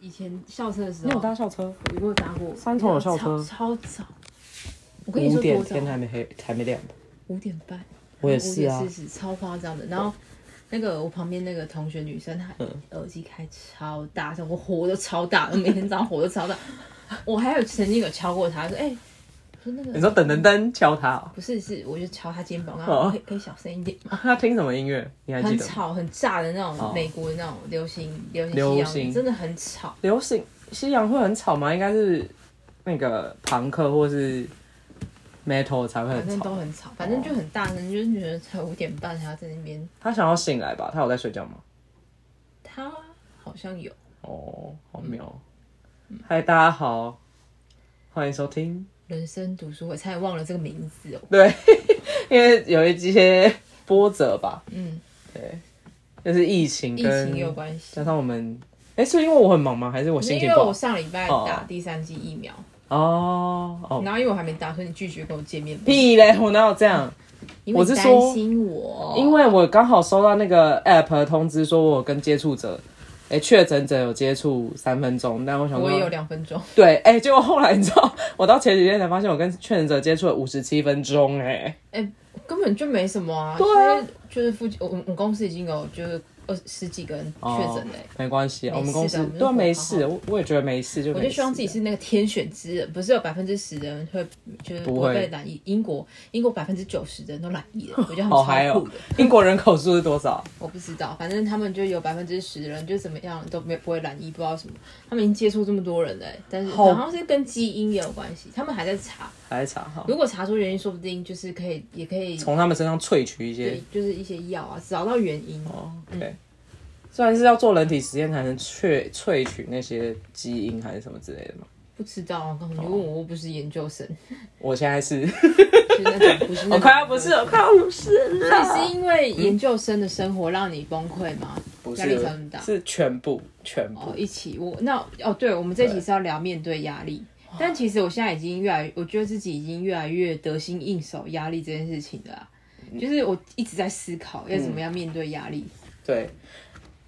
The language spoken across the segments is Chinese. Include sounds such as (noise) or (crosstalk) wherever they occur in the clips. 以前校车的时你有候，搭校车？有没有搭过？三重有校车超超早。我跟你五说点多早天？还没黑，还没亮吧？五点半。我也是啊五点四十，超夸张的。然后那个我旁边那个同学女生，她嗯耳机开超大声，我火都超大， (laughs) 我每天早上火都超大。我还有曾经有敲过她，说：“哎、我说那个你说等等等敲他哦，不是是，我就敲她肩膀，然哦后可以可以小声一点吗？”他听什么音乐？你还记很得吗？吵很炸的那哦种美国的那种流行流行流西洋行乐，真的很吵。流行西洋会很吵吗？应该是那个朋克或是 metal 才会反很正都吵。很吵，反正就很大声，就是觉得才五点半还要在那边。他想要醒来吧？他有在睡觉吗？他好像有，哦，好妙哦。嗯嗨，大家好，欢迎收听。人生读书会，差点忘了这个名字哦。对，因为有一些波折吧，嗯，对，就是疫情疫跟情也有关系加，上我们，哎、是因为我很忙吗？还是我心因情为不我好？上礼拜哦打第三剂疫苗，哦哦，然后因为我还没打，所以你拒绝跟我见面，屁嘞，我哪有这样？因为我你是担说心我，因为我刚好收到那个 app 的通知，说我有跟接触者，哎、确诊者有接触三分钟，但我想我也有说，两分钟，对，哎、结果后来你知道，我到前几天才发现，我跟确诊者接触了五十七分钟、哎，根本就没什么啊。对啊就是就是附近，我我们公司已经有就是二十几个人哦确诊嘞。没关系，我们公司我们对啊，活得没好事，我我也觉得没事，就我没就希望事自己是那个天选之人，不是有百分之十的人会就是不不会会被染疫。英国英国百分之九十的人都染疫 (laughs) 了，我觉得他好们嗨超哦酷的。！英国人口数是多少？我不知道，反正他们就有百分之十的人就怎么样都没不会染疫，不知道什么。他们已经接触这么多人了、但是好好像是跟基因也有关系，他们还在查。来查哈，如果查出原因，说不定就是可以，也可以从他们身上萃取一些对，嗯就是一些药啊，找到原因。哦，对，虽然是要做人体实验才能萃萃取那些基因还是什么之类的嘛。不知道啊，刚哦你问我，我不是研究生，我现在是，就是那种不是那种 (laughs) 我哦快要不是，嗯我快要不是所以了，是因为研究生的生活让你崩溃吗？不压力才很大是全部全部哦，一起我那哦，对，我们这集是要聊面对压力，但其实我现在已经越来，我觉得自己已经越来越得心应手压力这件事情了啊、嗯就是我一直在思考要怎么样面对压力，对。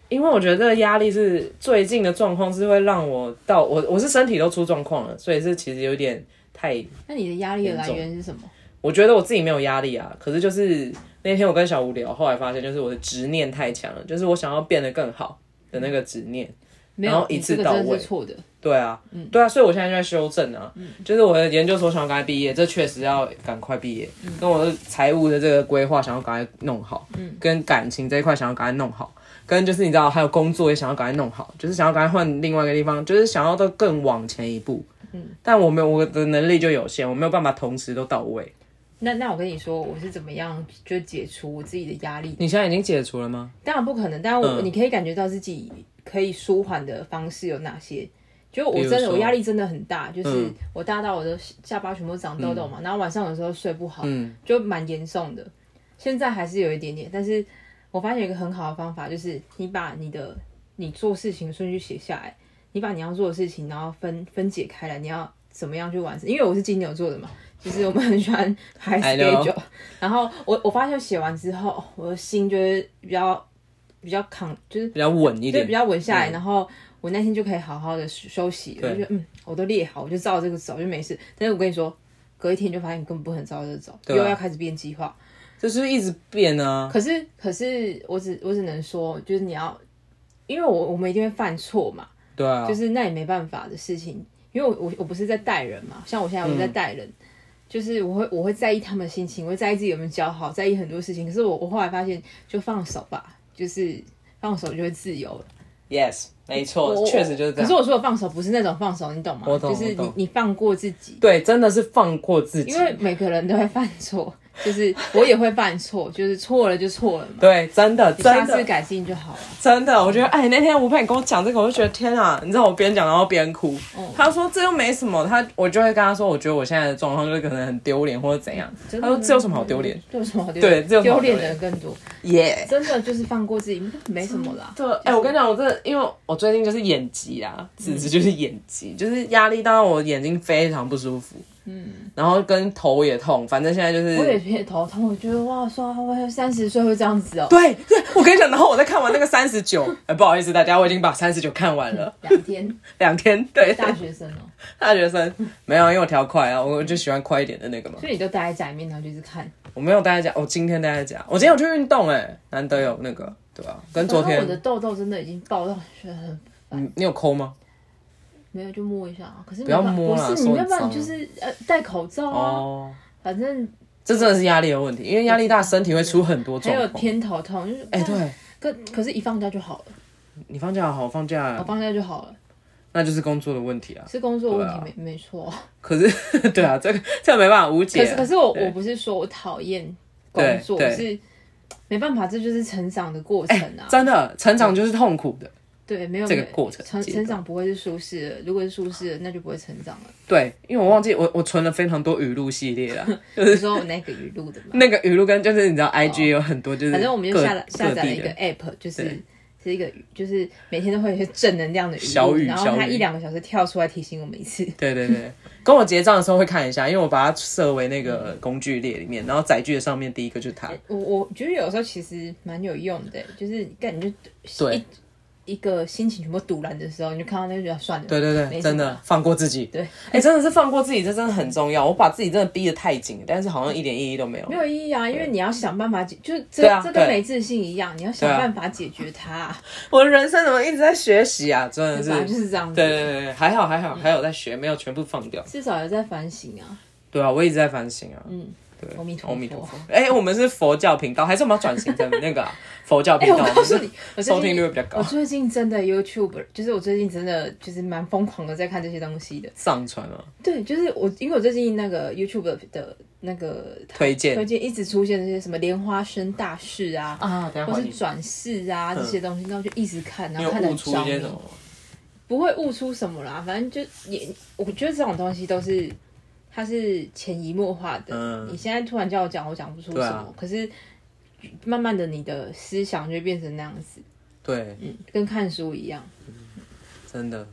因为我觉得这个压力是最近的状况是会让我到我我是身体都出状况了，所以是其实有点太那你的压力的来源是什么？我觉得我自己没有压力啊，可是就是那天我跟小吴聊，后来发现就是我的执念太强了，就是我想要变得更好的那个执念。没然有后，一你次这个到位真的是错的，对啊，嗯对啊，所以我现在就在修正啊，就是我的研究所想要赶快毕业，这确实要赶快毕业，嗯跟我的财务的这个规划想要赶快弄好，嗯跟感情这一块想要赶快弄好，跟就是你知道还有工作也想要赶快弄好，就是想要赶快换另外一个地方，就是想要都更往前一步。嗯但我没有我的能力就有限，我没有办法同时都到位。那那我跟你说，我是怎么样就解除我自己的压力？你现在已经解除了吗？当然不可能，但我、嗯你可以感觉到自己可以舒缓的方式有哪些。就我比如真的说我压力真的很大，就是嗯我大到我的下巴全部长痘痘嘛，然后晚上有时候睡不好，嗯就蛮严重的。现在还是有一点点，但是我发现有一个很好的方法，就是你把你的你做事情的顺序写下来，你把你要做的事情，然后分分解开来，你要怎么样去完成？因为我是金牛座的嘛，就是我们很喜 (laughs) 欢排 I know schedule。然后我我发现写完之后，哦我的心就是比较比较扛，就是比较稳一对点比。较稳下嗯来，然后我那天就可以好好的休息了。我就觉得嗯，我都列好，我就照这个走就没事。但是我跟你说，隔一天就发现你根本不可能照这个走，啊又要开始变计划。就是一直变啊。可是可是我只我只能说，就是你要，因为我我们一定会犯错嘛，对啊，就是那也没办法的事情。因为我我我不是在带人嘛，像我现在我嗯在带人，就是我会我会在意他们的心情，我会在意自己有没有教好，在意很多事情。可是我我后来发现，就放手吧，就是放手就会自由了。 yes，没我错，哦确实就是这可是样。我说的放手不是那种放手，你懂吗？我懂就是我懂你你放过自己，对，真的是放过自己，因为每个人都会犯错，就是我也会犯错，就是错了就错了嘛，对，真的，下真次的，改进就好了。真的，我觉得，哎，那天吴佩你跟我讲这个，我就觉得天啊，你知道我边讲然后边哭。嗯他说这又没什么，他我就会跟他说，我觉得我现在的状况就是可能很丢脸或者怎样。他说啊这有什么好丢脸？？这有什么好丢对这有什么丢好丢脸脸的人更多，耶、真的就是放过自己，没什么啦。对，哎、我跟你讲，我真的，因为嗯我最近就是眼疾啊，此时就是眼疾，就是压力大到我眼睛非常不舒服，嗯，然后跟头也痛，反正现在就是我也觉得头痛，我觉得哇，说我三十岁会这样子哦、对对，我跟你讲，然后我在看完那个三十九，呃，不好意思大家，我已经把三十九看完了，两 (laughs) 天两天，对，大学生哦、大学生没有，因为我调快啊，我就喜欢快一点的那个嘛。所以你就待在家里面，然后就是看。我没有待在家，我今天待在家，我今天有去运动哎、难得有那个，对吧、跟昨然天后我的痘痘真的已经爆到觉得很你你有抠吗？没有就摸一下啊，可是不要没办摸啦不是手你很没有办法，脏你就是呃戴口罩啊，哦，反正这真的是压力的问题，因为压力大，身体会出很多还状有况。偏头痛，就是哎、，对嗯可可是一放假就好了，你放假好，放假我放假就好了，那就是工作的问题啊。是工作问题对没没错，可是， (laughs) 对啊，这个这个没办法无解可啊、是可是我对我不是说我讨厌对工作，对是没办法，这就是成长的过程啊，真的成长就是痛苦的，对，没有这个没有过程成阶成长不会是舒适的，如果是舒适的，那就不会成 (laughs) 长了。对，因为我忘记我我存了非常多语录系列 (laughs) 啦，你说我那个语录的嘛，那个语录跟就是你知道 IG 有很多就是各，哦反正我们就下了下载各了地一个的 app，就是对是一个就是每天都会有一些正能量的语录小语然后小它语一两个小时跳出来提醒我们一次。对对对， (laughs) 跟我结账的时候会看一下，因为我把它设为那个工具列里面，然后载具的上面第一个就是它。我我觉得有时候其实蛮有用的，就是感觉对一个心情全部堵然的时候，你就看到那个就觉得算了，对没对对，什么真的放过自己。对，哎、真的是放过自己，这真的很重要。我把自己真的逼得太紧，但是好像一点意义都没有。没有意义啊，因为你要想办法解，就是这、对啊这跟对没自信一样，你要想对啊办法解决它，我的人生怎么一直在学习啊？真的本是。来就是这样子。对对对对，还好还嗯好，还有在学，没有全部放掉。至少有在反省啊，对啊，我一直在反省啊。嗯，对，阿弥陀佛阿弥陀佛。哎、我们是佛教频道，还是我们要转型成那个啊、佛教 (laughs) 哎、频道？我告诉你，我最收听近率会比较高我最近真的 YouTube，就是我最近真的就是蛮疯狂的在看这些东西的。上传啊，对，就是我，因为我最近那个 YouTube 的的那个推推荐荐一直出现这些什么莲花生大事啊，啊，等一下或还是你。转世啊这些东西，那我就一直看，然嗯你后有看得悟很出着一些迷什。么吗？不会悟出什么啦，反正就也，我觉得这种东西都是它是潜移默化的。嗯你现在突然叫我讲，我讲不出什么，对啊可是慢慢的你的思想就会变成那样子，对，嗯，跟看书一样。真的。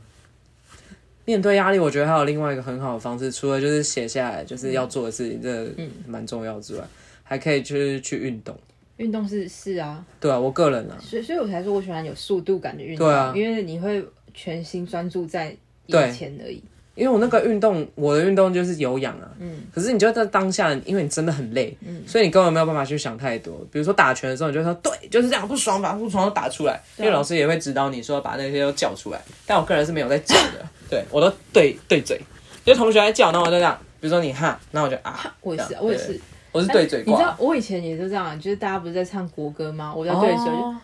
面对压力，我觉得还有另外一个很好的方式，除了就是写下来，就是嗯要做的事情，这蛮重要之外，还可以就是去运动。运动是是啊，对啊，我个人啊，所以所以我才说我喜欢有速度感的运动，对啊因为你会全心专注在对眼前而已。因为我那个运动，我的运动就是有氧啊，嗯，可是你就在当下，因为你真的很累，嗯，所以你根本没有办法去想太多。比如说打拳的时候，你就说对，就是这样，不爽把不爽都打出来，啊因为老师也会指导你说把那些都叫出来。但我个人是没有在叫的，对我都对对嘴，就同学在叫，那我就这样，比如说你哈，那我就啊，我也这是，样我也对是。我是哎对嘴你挂，知道我以前也是这样，就是大家不是在唱国歌吗？我在对嘴，哦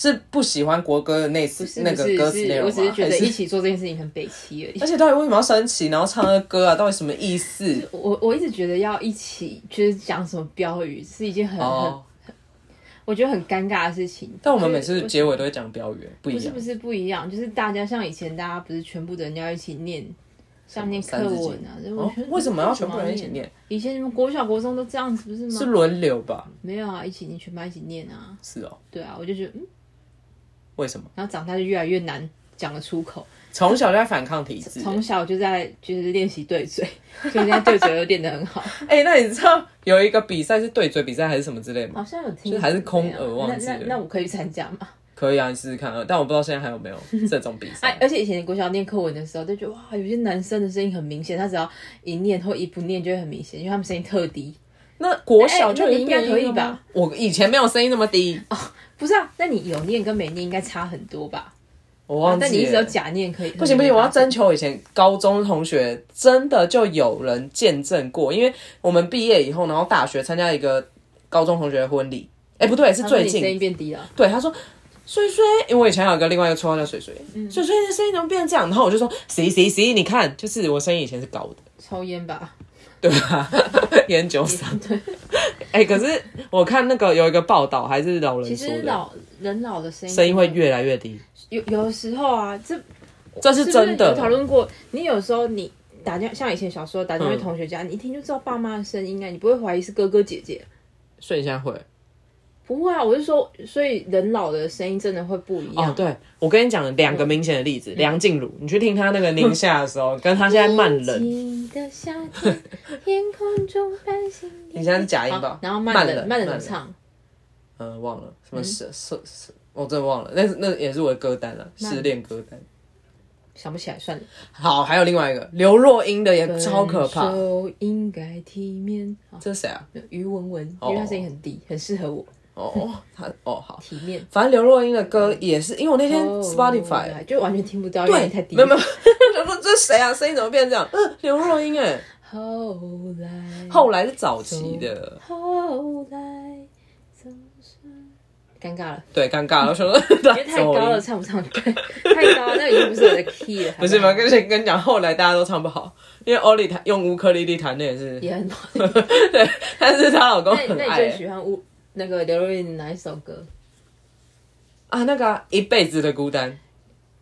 是不喜欢国歌的那次就是那不个是歌词内是，容我吗只是觉得还一起做这件事情很北齐而已而。且到底为什么要升旗，然后唱那个歌啊？到底什么意思？ (laughs) 我我一直觉得要一起就是讲什么标语是一件很、哦。很我觉得很尴尬的事情。但我们每次就是结尾都会讲标语，不不一是样哦不。是不一样，就是大家像以前大家不是全部的人要一起念，像念课文啊，就我哦觉得为什么要全部人一起为什么要念？以前你们国小国中都这样子不是吗？是轮流吧？没有啊，一起你全班一起念啊，是哦，对啊，我就觉得嗯，为什么？然后长大就越来越难讲得出口。从小就在反抗体制。从小就在就是练习对嘴， (laughs) 所以现在对嘴又练得很好，哎，那你知道有一个比赛是对嘴比赛还是什么之类吗？ (laughs) 好像有听就是还是空耳忘记啊那了那那我可以去参加吗？可以啊，你试试看啊。但我不知道现在还有没有这种比 (laughs) (laughs) 哎赛，。而且以前国小念课文的时候，就觉得哇，有些男生的声音很明显，他只要一念或一不念就会很明显，因为他们声音特低。那国小就哎那你已经应该变音可以吧了吗？我以前没有声音那么低，不是啊，那你有念跟没念应该差很多吧？我忘记了。但你一直有假念可以？不行不行，我要征求以前高中同学，真的就有人见证过，因为我们毕业以后，然后大学参加一个高中同学的婚礼，哎、不对，是他说最你声音近，变低了，对，他说。水水，因为我以前还有一个另外一个绰号叫水水，嗯水水你的声音怎么变这样？然后我就说，谁谁谁，你看，就是我声音以前是高 (laughs) 的，抽烟吧？对吧？烟酒嗓， (laughs) 哎、可是我看那个有一个报道，还是老其人说实的，老人老的声音啊声音会越来越低，有有的时候啊，这这是真有的。讨论过，你有时候你打电话，像以前小时候打电话嗯去同学家，你一听就知道爸妈的声音啊，你不会怀疑是哥哥姐姐。所以你现在会，不会啊，我是说，所以人老的声音真的会不一样。哦，对，我跟你讲两个明显的嗯例子，梁静茹，你去听她那个宁夏的 (laughs) 时候，跟她现在哦慢冷，冷的夏天，天空中繁星点点。你现在是假音吧好？然后慢慢冷慢慢冷怎么？唱？嗯呃，忘了什么是是是，我真的忘了，那是那也是我的歌单了，失恋歌单。想不起来，算了。好，还有另外一个刘若英的也超可怕分，手应该体面。好，这是谁啊？于文文，因为她声音很低，很适合我。 (laughs) 哦，他哦好，体面。反正刘若英的歌也是，因为我那天 Spotify 哦就完全听不到，因为太低。没有没 (laughs) 有，我想说这是谁啊？声音怎么变这样？嗯，刘若英哎，后来，后来是早期的，后来，总算尴尬了，对，尴尬了，我想说 (laughs) 因为 (laughs) 太高了，，唱不上去，太高了，那已经不是我的 key 了。 (laughs) 不是吗？跟跟你讲，后来大家都唱不好，因为欧丽弹用乌克丽丽弹的也是，也很好。 (laughs) 对，但是她老公那很那你爱最欸喜欢乌那个刘若英的哪一首歌？啊，那个啊一辈子的孤单，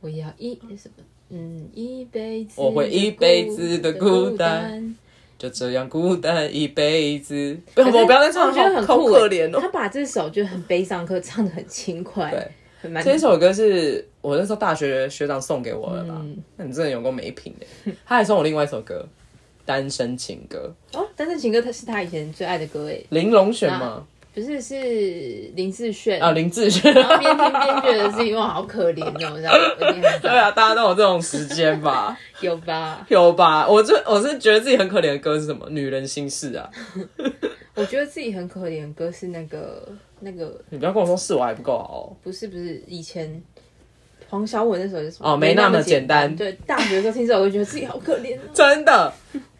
我要一什么？嗯，一辈子，我会一辈子的孤单单。就这样孤单一辈子。不要，可是我不要再唱我觉得了，很好好酷可欸怜哦他。把这首就很悲伤的歌唱的很轻快，对，很蛮这首歌是我那时候大学学长送给我的吧？那你真的有够没品的。 (laughs) 他还送我另外一首歌《单身情歌哦。但是情歌他是他以前最爱的歌欸诶》，，玲珑选嘛？不是是林志炫啊，林志炫。然后边听边觉得自己哇好可怜哦，这样我一定很 (laughs) 对啊，大家都有这种时间 (laughs) 吧？有吧？有吧？我最我是觉得自己很可怜的歌是什么？《女人心事》啊！我觉得自己很可怜，歌是那个那个你不要跟我说是我还不够好哦。不是不是以前黄小文那首是什么？哦没那么简单对，大学的时候听这首歌觉得自己好可怜哦。真的，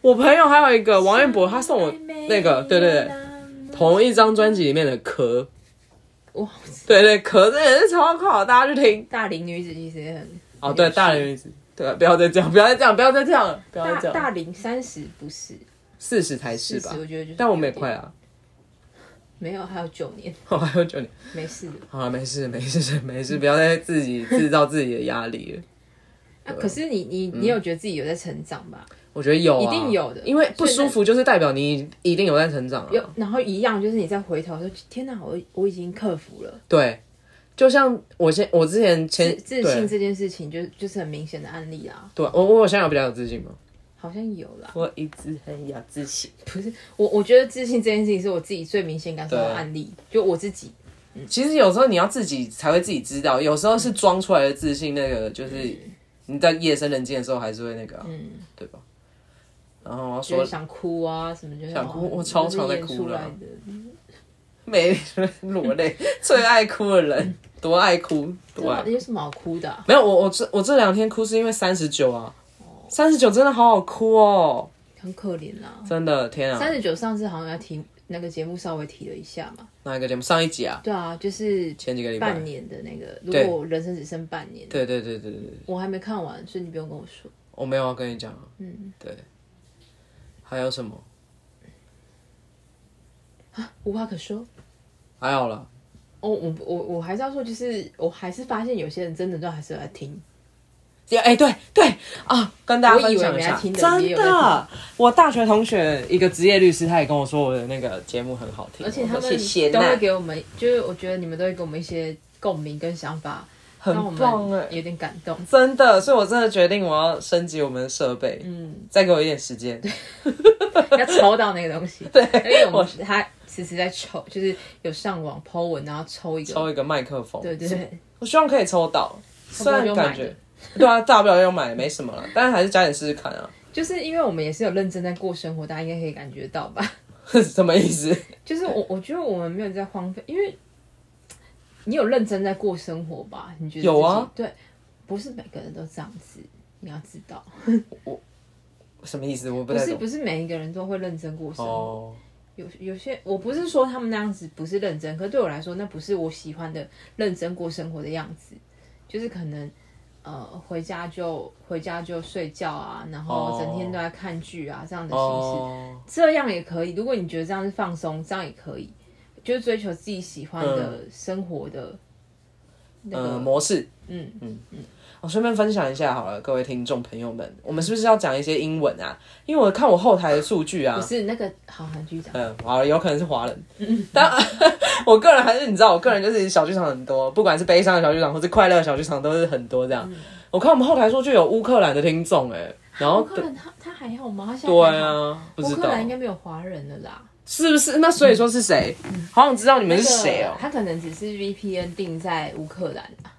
我朋友还有一个王彦博，他送我那个，对对对，同一张专辑里面的《壳》，哇，对对，《壳》真的是超好，大家去听。大龄女子其实也很哦，对，大龄女子，对，啊不要再这样，不要再这样，不要再这样了，不要再大这样大了，龄三十不是四十才是40吧？我觉得就是但我们也快了，没有，还有九年， (laughs) 我还有九年，没事的。好啊了，没事，没事， (laughs) 没事，不要再自己制造自己的压力了。啊，可是你你你有觉得自己有在成长吧？我觉得有、啊，一定有的因为不舒服就是代表你一定有在成长、啊。有，然后一样就是你再回头说，天哪，我我已经克服了。对，就像我先，我之前自前自信这件事情就，就就是很明显的案例啊，对，对我我现在有比较有自信吗？好像有啦。我一直很有自信。不是我，我觉得自信这件事情是我自己最明显感受到的对案例，就我自己。其实有时候你要自己才会自己知道，有时候是装出来的自信，那个就是嗯你在夜深人静的时候还是会那个、啊，对吧？然后我要就是说想哭啊什么，就是想哭哦我超常在就是演哭啊出啦来的。没落泪，最爱哭的人，多爱哭，对多啊爱。有什么好哭的啊、没有我我这我这两天哭是因为三十九啊，三十九真的好好哭哦，很可怜啊。真的天啊！三十九上次好像要提那个节目稍微提了一下嘛，哪一个节目？上一集啊，对啊，就是前几个礼拜。半年的那个，如果人生只剩半年，对对对对对，对我还没看完，所以你不用跟我说。我没有要跟你讲啊。嗯，对。还有什么？无话可说。还好了。哦，我我我还是要说，就是我还是发现有些人真的都还是有在听，也哎、对对啊，跟大家分我以享为一没在下，听的也真有在听的，我大学同学一个职业律师，他也跟我说我的那个节目很好听，而且他我说谢们谢都呐会给我们，就是我觉得你们都会给我们一些共鸣跟想法，让我很们棒有哎，点感动。真的，所以我真的决定我要升级我们的设备，嗯，再给我一点时间，要抽到那个东 (laughs) 西，对，因为我们他其实在抽，就是有上网 Po 文，然后抽一个，抽一个麦克风，对对对，我希望可以抽到，虽差不多然就买感觉。对啊，大不了又买，没什 (laughs) 么了，但是还是加点试试看啊， (laughs) 就是因为我们也是有认真在过生活，大家应该可以感觉到吧？什么意思？就是我我觉得我们没有在荒废，因为你有认真在过生活吧？你觉得自己有啊？对，不是每个人都这样子，你要知道，什么意思？我不不太是懂。不是每一个人都会认真过生活。哦，有有些我不是说他们那样子不是认真，可对我来说，那不是我喜欢的认真过生活的样子。就是可能呃，回家就回家就睡觉啊，然后哦整天都在看剧啊，这样的形式，哦，这样也可以。如果你觉得这样是放松，这样也可以，就是追求自己喜欢的生活的那呃个模式。嗯我、顺便分享一下好了，各位听众朋友们，我们是不是要讲一些英文啊？因为我看我后台的数据啊不，是那个好，韩剧长，嗯，好，有可能是华人，但 (laughs) 我个人还是你知道，我个人就是小剧场很多，不管是悲伤的小剧场或是快乐的小剧场，都是很多这样。嗯我看我们后台数据有乌克兰的听众哎、然乌后克兰哦他他还好吗？他现在对还好，啊，不乌知克道兰应该没有华人了啦。是不是？那所以说是谁？好想知道你们是谁哦嗯那个、他可能只是 VPN 定在乌克兰啊。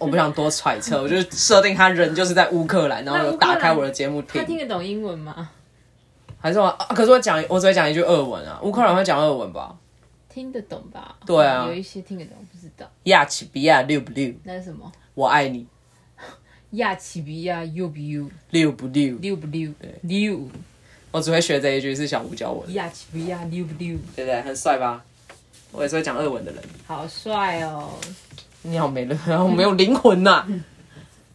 我不想多揣测，我就设定他人就是在乌克兰，然嗯后那乌有克兰打开我的节目他听听，得懂英文吗？还是我、啊？可是我讲，我只会讲一句俄文啊，乌克兰会讲俄文吧？听得懂吧？对啊有一些听得懂，不知道亚奇比亚六不六，那是什么。我爱你亚奇比亚 U B U 六不六，溜不溜溜我只会学这一句是小吴教我的。亚奇比亚溜不溜，对不对？很帅吧？我也是会讲俄文的人。好帅哦！ (laughs) 你好没人，然后没有灵魂呐、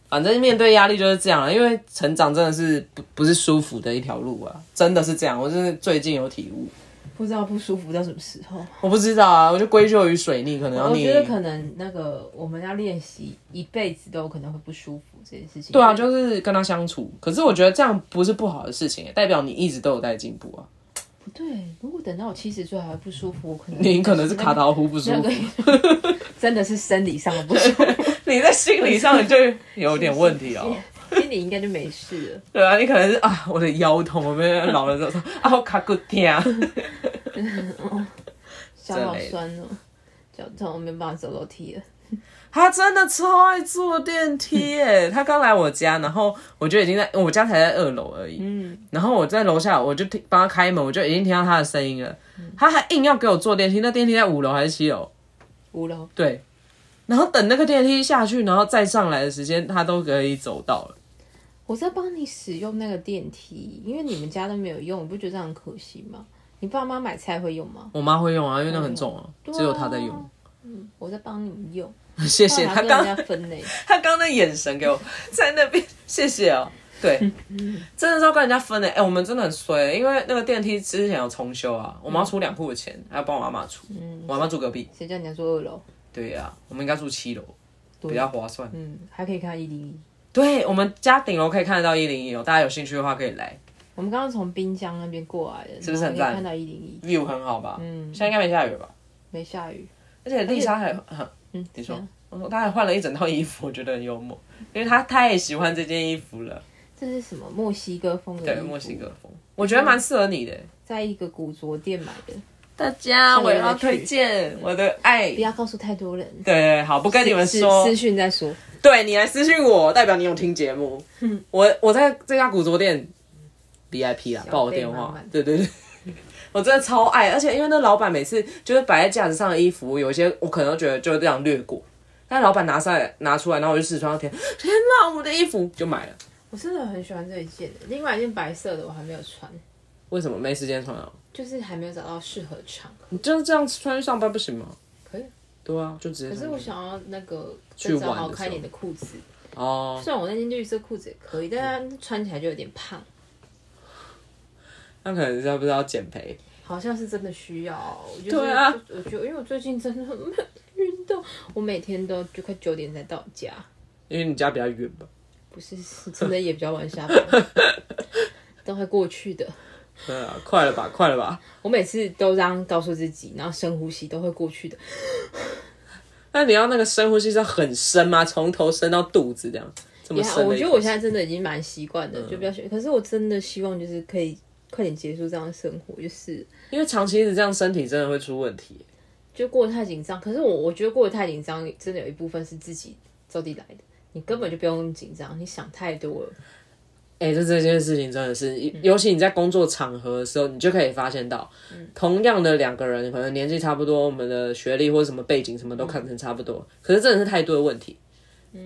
反正面对压力就是这样啊了，因为成长真的是不不是舒服的一条路啊，真的是这样。我就是最近有体悟，不知道不舒服到什么时候。我不知道啊，我就归咎于水逆，可能要我逆觉。得可能那个我们要练习一辈子都有可能会不舒服这件事情。对啊，是就是跟他相处。可是我觉得这样不是不好的事情，代表你一直都有在进步啊。不对。如果等到我七十岁还会不舒服，我可能你可能是卡刀呼不舒那服个， (laughs) 真的是生理上的不舒服， (laughs) 你在心理上你就有点问题 (laughs) 哦。心理应该就没事了。对啊，你可能是啊，我的腰痛，我们老了之后说啊，我卡骨痛。脚好酸哦，脚痛，我没办法走楼梯了。他真的超爱坐电梯 (laughs) 耶！他刚来我家，然后我就已经在我家才在二楼而已，嗯，然后我在楼下我就听帮他开门，我就已经听到他的声音了。嗯他还硬要给我坐电梯，那电梯在五楼还是七楼？五楼对。然后等那个电梯下去，然后再上来的时间，他都可以走到了。我在帮你使用那个电梯，因为你们家都没有用，你不觉得这样很可惜吗？你爸妈买菜会用吗？我妈会用啊，因为那很重啊，对啊只有她在用。我在帮你们用，谢谢爸她妈跟刚人家分类，他刚刚那眼神给我在那边，谢谢哦。对，真的是要跟人家分的。哎、我们真的很衰，因为那个电梯之前有重修啊，我们要出两户的钱，还要帮我阿妈出。我阿妈住隔壁。谁叫你要坐二楼？对呀、我们应该住七楼，比较划算。嗯，还可以看到一零一。对，我们家顶楼可以看得到一零一哦，大家有兴趣的话可以来我们刚刚从滨江那边过来的，是不是很赞看到一零一， ，view 很好吧？嗯现在应该没下雨吧？没下雨。而且丽莎还很，嗯，你这说样，我说她还换了一整套衣服，我觉得很幽默，因为她太喜欢这件衣服了。这是什么墨西哥风的？对，墨西，哥风，我觉得蛮适合你的。在一个古着店买 (laughs) 的，大家，我我也也要要推推荐我的爱。不要告诉太多人。对，好，不跟你们私说私，讯再说。对你来私信我，代表你有听节目。嗯我我在这家古着店 VIP 啦，小报我贝电满话满。对对 (laughs) 对，我真的超爱，而且因为那老板每次就是摆在架子上的衣服，有一些我可能觉得就这样略过，但老板拿上来拿出来，然后我就试穿，天天哪，我的衣服就买了。我真的很喜欢这一件，另外一件白色的我还没有穿，为什么没时间穿啊？就是还没有找到适合的场合。你就是这样穿去上班不行吗？可以。对啊，就直接可穿是上班。我想要那个去再玩的时找好候看一点的裤子，哦，虽然我那件绿色裤子也可以，但它穿起来就有点胖，那可能是要不是要减肥？好像是真的需要。我就是、对啊我觉得因为我最近真的很没有运动，我每天都就快九点才到家，因为你家比较远吧？不是是真的也比较晚下 (laughs) 班，都会过去的。对啊，快了吧，快了吧。我每次都这样告诉自己，然后深呼吸都会过去的。那你要那个深呼吸是要很深吗？从头深到肚子这样，这么也还深我的一口气？嗯觉得我现在真的已经蛮习惯的，就比较喜。可是我真的希望就是可以快点结束这样的生活，就是因为长期一直这样，身体真的会出问题。就过得太紧张。可是我我觉得过得太紧张，真的有一部分是自己造地来的。你根本就不用紧张，你想太多了。哎、这这件事情真的是，尤其你在工作场合的时候，你就可以发现到，同样的两个人，可能年纪差不多，我们的学历或者什么背景什么都看成差不多，可是真的是态度的问题。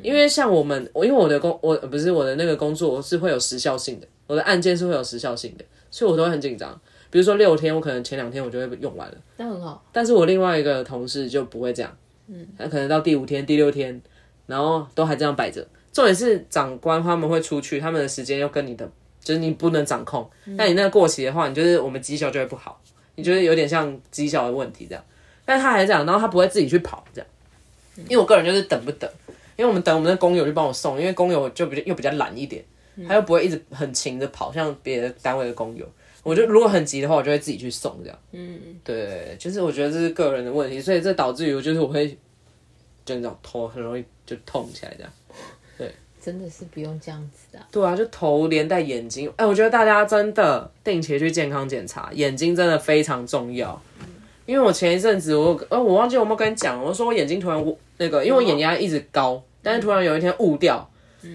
因为像我们，我因为我的工，我呃不是我的那个工作是会有时效性的，我的案件是会有时效性的，所以我都会很紧张。比如说六天，我可能前两天我就会用完了。那很好，哦但是我另外一个同事就不会这样，嗯，他可能到第五天、第六天，然后都还这样摆着。重点是长官他们会出去，他们的时间又跟你的，就是你不能掌控。那、你那个过期的话，你就是我们绩效就会不好，你就是有点像绩效的问题这样。但他还这样，然后他不会自己去跑这样，因为我个人就是等不等，因为我们等我们的工友去帮我送，因为工友就比较又比较懒一点，他又不会一直很勤的跑，像别的单位的工友。我就如果很急的话，我就会自己去送这样。嗯，对，就是我觉得这是个人的问题，所以这导致于就是我会，就你知道头很容易就痛起来这样。真的是不用这样子的啊、对啊，就头连带眼睛。哎、我觉得大家真的定期去健康检查，眼睛真的非常重要。因为我前一阵子我有呃我忘记我有没有跟你讲，我说我眼睛突然我那个，因为我眼压一直高，但是突然有一天雾掉，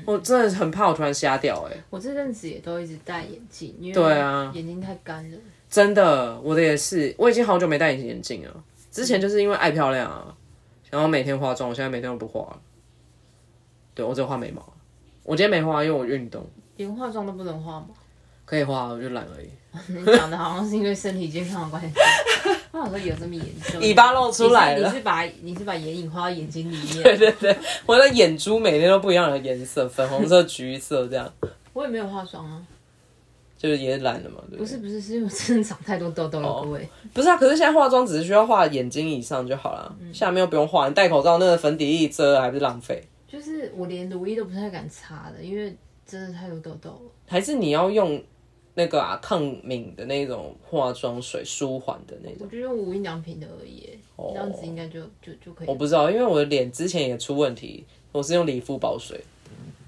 我真的很怕我突然瞎掉、哎，我这阵子也都一直戴眼镜，因为对啊眼睛太干了。真的，我的也是，我已经好久没戴隐形眼镜了。之前就是因为爱漂亮啊，然后每天化妆，我现在每天都不化了。对我只有画眉毛，我今天没画，因为我运动，连化妆都不能化吗？ (laughs) 可以画，我就懒而已。你讲的好像是因为身体健康的关 (laughs) 系。我想说有这么严重？尾巴露出来了你是你是把你是把眼影画到眼睛里对面？对对，我的眼珠每天都不一样的颜色，粉红色、橘色这样，我也没有化妆啊。就是也懒了嘛，对不不是对？不是，是因为我真的长太多痘痘了，各位。不是啊，可是现在化妆只是需要画眼睛以上就好了，下面又不用画，你戴口罩那个粉底液一遮还不是浪费？就是我连乳液都不太敢擦的，因为真的太多痘痘了。还是你要用那个啊抗敏的那种化妆水，舒缓的哦那我种？就用无印良品的而已，这样子应该就就就可以我。不知道，因为我的脸之前也出问题，我是用理肤宝水，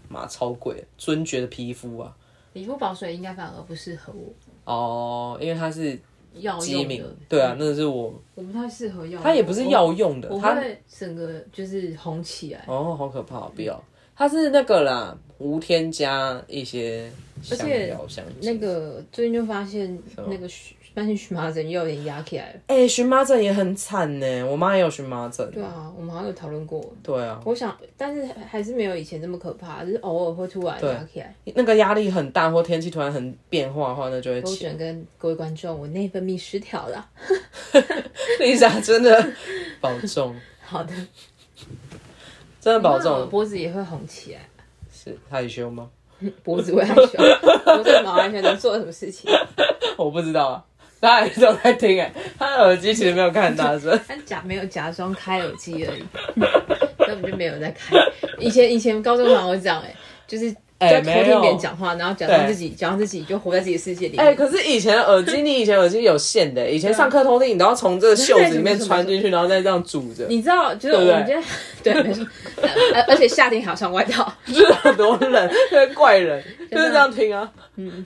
妈超贵，尊爵的皮肤啊，理肤宝水应该反而不适合我哦，因为它是药机用敏的，，对啊，那是我，我不太适合药用。它也不是药用的我，我它会整个就是红起来，哦，好可怕，不要。它是那个啦，无添加一些香且料香精。那个最近就发现那个荨慢性荨麻疹又有点压起来了。哎、荨麻疹也很惨呢，我妈也有荨麻疹。对啊，我们好像有讨论过。对啊，我想，但是还是没有以前这么可怕，就是偶尔会突然压起来。那个压力很大，或天气突然很变化的话，那就会我起只。能跟各位观众，我内分泌失调了。 (laughs) Lisa 真的保重，好的，真的保我重。脖子也会红起来，是害羞吗？ (laughs) 脖子会害羞，脖子毛害羞，能做什么事情？我不知道啊，她还都在听哎，她的耳机其实没有看很大声。但假没有假装开耳机而已， (laughs) 根本就没有在开。以前以前高中常会这样、哎，就是在哎偷没有听别人讲话，然后假装对自己假装自己就活在自己的世界里面。 (laughs) 哎、可是以前耳机，你以前耳机有线的，以前上课偷听，啊你都要从这个袖子里 (laughs) 面穿进去，然后再这样拄着。你知道，就是我对不对们今天 (laughs) 对，没错，而而且夏天还要穿外套， (laughs) 就是啊很多人， (laughs) 就是怪人，就是这样听啊，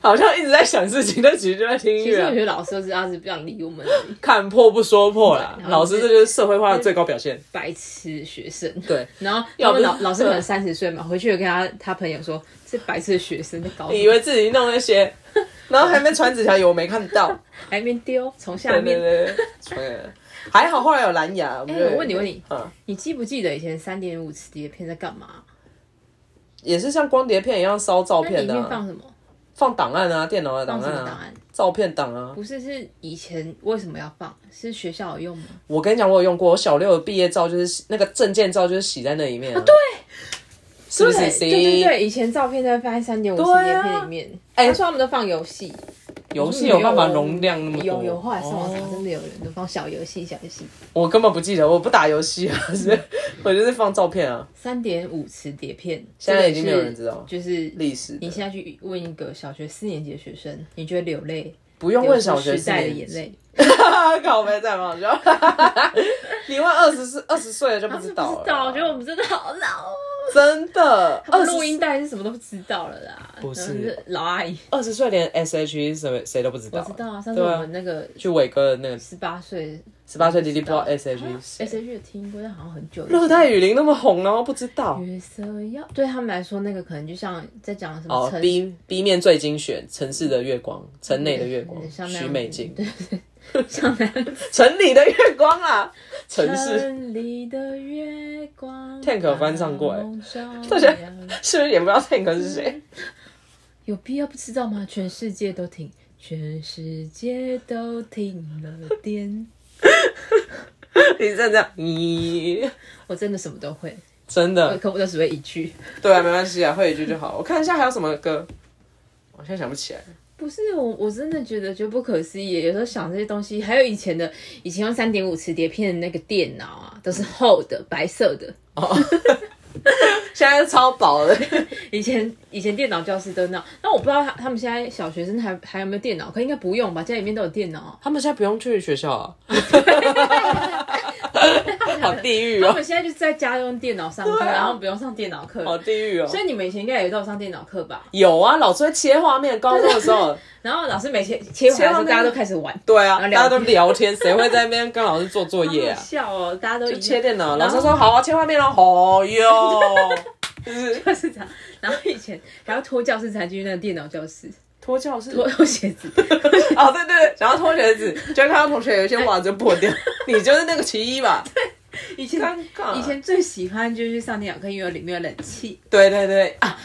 好像一直在想事情，但其实就在听音其实乐我啊、觉得老师都知道是不想理我们的看破不说破啦对。然后老就是师这就是社会化的最高表现。白痴学生。对，然后要他不们老是老师可能三十岁嘛，回去有跟他他朋友说，是白痴的学生在搞什以么，为自己弄那些，然后还没传纸条，以为我没看到。还没丢，从下对面。对对对对，还好后来有蓝牙。们就哎我问你问你嗯，你记不记得以前三点五磁碟片在干嘛？也是像光碟片一样烧照那片里的面啊、放什么？放档案啊，电脑的档放什案么档啊，案？照片档啊。不是，是以前为什么要放？是学校有用吗？我跟你讲，我有用过，我小六的毕业照就是那个证件照，就是洗在那里面、啊。对，是不是对 C？对对对，以前照片都会放在三点五磁碟片里面。哎他说他们都放游戏，游戏有办法容量那么多？有有，后来上网查，哦真的有人都放小游戏、小游戏，我根本不记得，我不打游戏啊，是我就是放照片啊。三点五磁碟片，现在已经没有人知道了这个是就是历史的你现在去问一个小学四年级的学生，你就会流泪，不用问小学时代的眼泪，泪，靠背在吗？你问二十四、二十岁了就不知道了，不知道，我觉得我们真的好老哦。真的二录音十带是什么都不知道了啦，不是然后老阿姨，二十岁连 S H E 什么谁都不知道我啊，知道啊，上次对我啊们那个就伟哥的那个十八岁十八岁弟弟不知道 S 啊 H E ，S 谁， H E 有听过，但好像很久以前。热带雨林那么红，然后不知道月色要对他们来说，那个可能就像在讲什么哦城，B B 面最精选城市的月光，城内的月光对，像那样徐子美静，对，对像那样子。城里的月光 (laughs) 啊， (laughs) 城市。城里的月光 Tank 有翻唱过哎大大家是不是也不知道 Tank 是嗯谁？有必要不知道吗？全世界都听，全世界都听了点。 (laughs) 你真的这样，咦，我真的什么都会，真我的，可我都只会一句。对啊，没关系啊，会一句就好。我看一下还有什么歌，我现在想不起来。不是我，我真的觉得就不可思议。有时候想这些东西，还有以前的，以前用三点五磁碟片的那个电脑啊，都是厚的、白色的。现在超 (laughs) 薄的，以前以前电脑教室都那样，那我不知道他他们现在小学生还还有没有电脑，可应该不用吧？家里面都有电脑啊。他们现在不用去学校啊，好地狱他哦，们现在就是在家用电脑上课，对啊然后不用上电脑课。好地狱哦所。以你们以前应该也都有上电脑课吧？有啊，老师会切画面，高中的时候，然后老师每切切完的时候，大家都开始玩，对啊，啊然后聊大家都聊天，谁会在那边跟老师做作业好啊？笑哦，大家都一样切电脑，然老后师说好啊，切画面了，好哟，就是就是这样。然后以前还要脱教室才去那个电脑教 (laughs) 室，脱教室，脱脱鞋子。哦，对对对，然后脱鞋子，就会看到同学有一些袜子就破 (laughs) 掉，你就是那个其一吧？以前尴尬以前最喜欢就是去上电脑课，因为里面有冷气。对对对啊，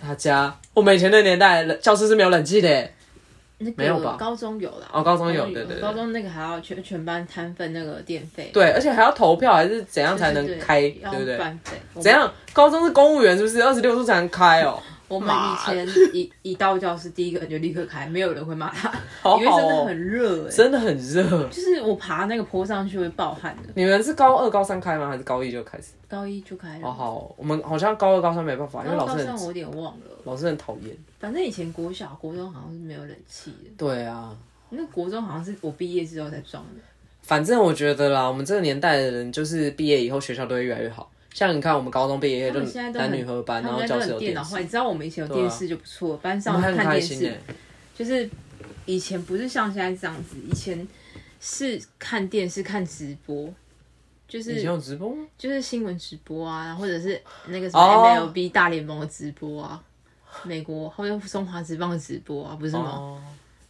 大家，我们以前那年代冷教室是没有冷气的，那个没有吧高中有啦。哦高中有对对对高中那个还要全全班摊分那个电费，对，而且还要投票还是怎样对，才能开，对要不对？半费。我们怎？样？高中是公务员是不是？二十六度才能开哦，我们以妈前一一到教室，第一个就立刻开，没有人会骂他， (laughs) 好因为好真的哦，很热、欸，真的很热。就是我爬那个坡上去会暴汗的。你们是高二、高三开吗？还是高一就开始？高一就开了，好好哦，我们好像高二、高三没办法，因然为后老高师上我很有点忘了，老师很讨厌。反正以前国小、国中好像是没有冷气的，对啊，那国中好像是我毕业之后才装的。反正我觉得啦，我们这个年代的人，就是毕业以后学校都会越来越好。像你看，我们高中毕业他就们现在都男很女合班，他啊然们后现在教都室有很电脑电化，视，你知道我们以前有对啊电视就不错，班我上们很看开电心欸视耶。就是以前不是像现在这样子，以前是看电视看直播，就以前是有直播吗？就是新闻直播啊，或者是那个什哦么 MLB 大联盟的直播啊。美国或者中华职棒的直播啊，不是吗？哦，啊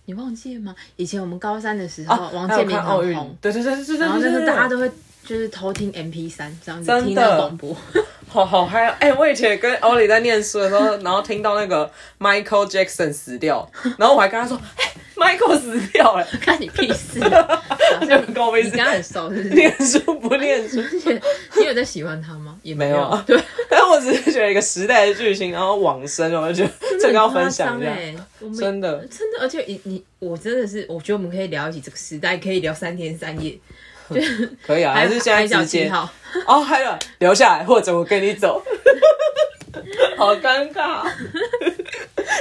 你忘记了吗？以前我们高三的时候，哦王还有健民看奥很运红，，对对对对对对，然后那时候大家都都会就是偷听 MP 三这样子真的听那个广播， (laughs) 好好嗨啊！哎，我以前跟欧里在念书的时候，然后 (laughs) 听到那个 Michael Jackson 死掉，然后我还跟他说，哎，Michael 死掉了，看你屁事 (laughs) 啊！他就很高你兴。刚刚很熟 (laughs) 是不是？念书不念书，你有在喜欢他 (laughs) 吗？也没没有啊对，但我只是觉得一个时代的巨星，然后往生，我就觉得这个要分享一下，哎，我们真的。真的，而且你你我真的是，我觉得我们可以聊一起这个时代，可以聊三天三夜，可以啊，还是现在海角直七接号，哦，还有留下来，或者我跟你走， (laughs) 好尴尬，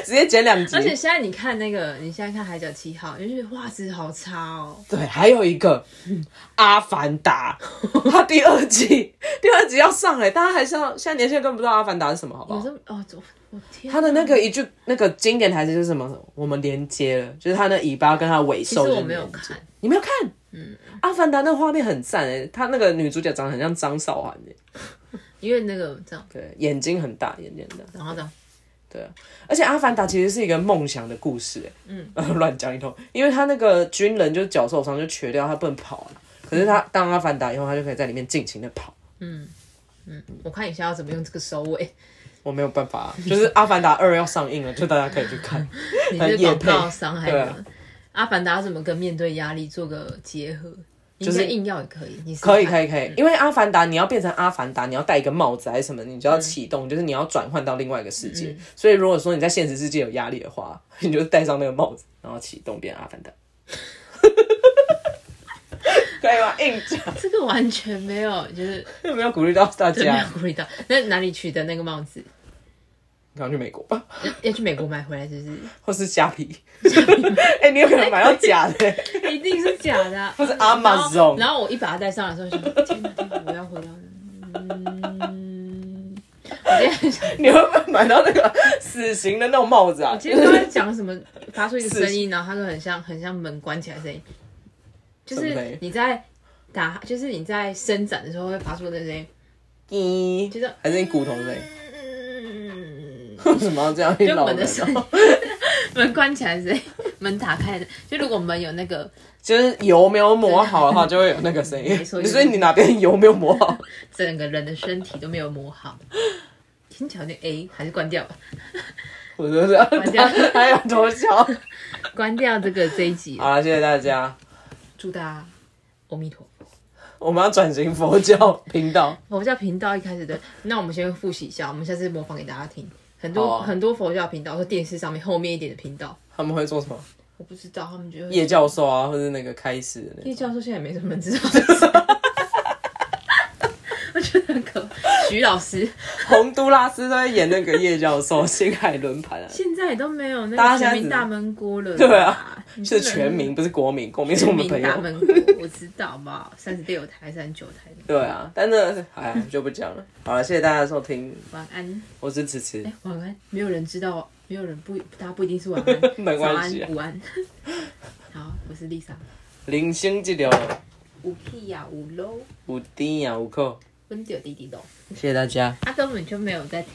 直接剪两而且集。现在你看那个，你现在看海角七号，就是画质好差哦。对，还有一个《阿凡 (laughs) 达》，它第二季，第二集要上哎、欸，大家还是要现在年轻人根本不知道《阿凡达》是什么，好不我好？说哦，我我天，他的那个一句那个经典台词是什么？我们连接了，就是他的尾巴跟他的尾其兽。实我没有，看，你没有看？嗯，《阿凡达》那个画面很赞哎、欸，他那个女主角长得很像张韶涵哎、因为那个这样，对，眼睛很大，眼睛很大。然后这样，对啊，而且《阿凡达》其实是一个梦想的故事、欸，嗯， (laughs) 乱讲一通，因为他那个军人就是脚受伤就瘸掉，他不能跑了、可是嗯他当阿凡达以后，他就可以在里面尽情的跑。我看一下要怎么用这个收尾。我没有办法啊、就是《阿凡达二》要上映了，就大家可以去看。你很是呃业广配告伤害对的啊。阿凡达怎么跟面对压力做个结合？你就是是硬要也可以，你试试可以，看可以，可以，因为《阿凡达》你要变成阿凡达，你要戴一个帽子还是什么，你就要启动，就是你要转换到另外一个世界。所以如果说你在现实世界有压力的话，你就戴上那个帽子，然后启动变阿凡达。 (laughs) 可以吗？硬讲， (laughs) 这个完全没有，就是有没有鼓励到大真的没家有？顾虑到。那哪里取得那个帽子？赶快去美国吧，要要去美国买回来，是 (laughs) 不或是虾皮。哎、你有可能买到假的、是？一定是假的啊、或是然后 Amazon。然后我一把它戴上的时候，想说天哪，天哪我要回到。嗯，我今天想，你会不会买到那个死刑的那种帽子啊？我今天都在讲什么，发出一个声音，然后它就很像很像门关起来的声音，就什么声音是你在打，就是你在伸展的时候会发出的声音。咦就是还是你骨头 (laughs) 类？嗯， (laughs) 为什么要这样？你就老门人的声哦音， (laughs) 门关起来是门打开的，就如果门有那个就是油没有抹好的话，就会有那个声音。没错所以你哪边油没有抹好？整个人的身体都没有磨好，听起来有点 A，还是关掉吧，我就是要掉 (laughs) 还有头笑。关掉这个这一集，好了，谢谢大家。祝大家阿弥陀佛。我们要转型佛教频道，佛教频道一开始的，那我们先复习一下，我们下次模仿给大家听。很多、哦很多佛教频道，说电视上面后面一点的频道，他们会做什么？我不知道他们觉得叶教授啊，或者那个开始的那 (laughs) 叶种教授现在也没什么人知道是谁，我觉得很可怕。徐老师洪都拉斯都在演那个叶教授，新海轮盘啊，现在也都没有那大个家全现在民只大闷锅了啦， (laughs) 对啊你，不是能全民，不是国民，国民是我全们民 (laughs) 朋大友。闷锅，我知道好不好？三十六台、三十九台，对啊，但那哎呀就不讲了。好了，谢谢大家的收听，晚安。我是迟迟哎、，晚安，没有人知道，没有人不，大家不一定是晚安， (laughs) 没早关系安、啊午安。 (laughs) 好，我是 Lisa，零星这条五 K 呀，五啊 low，有甜也有苦，温迪有弟弟 low，谢谢大家。啊他根本就没有在听。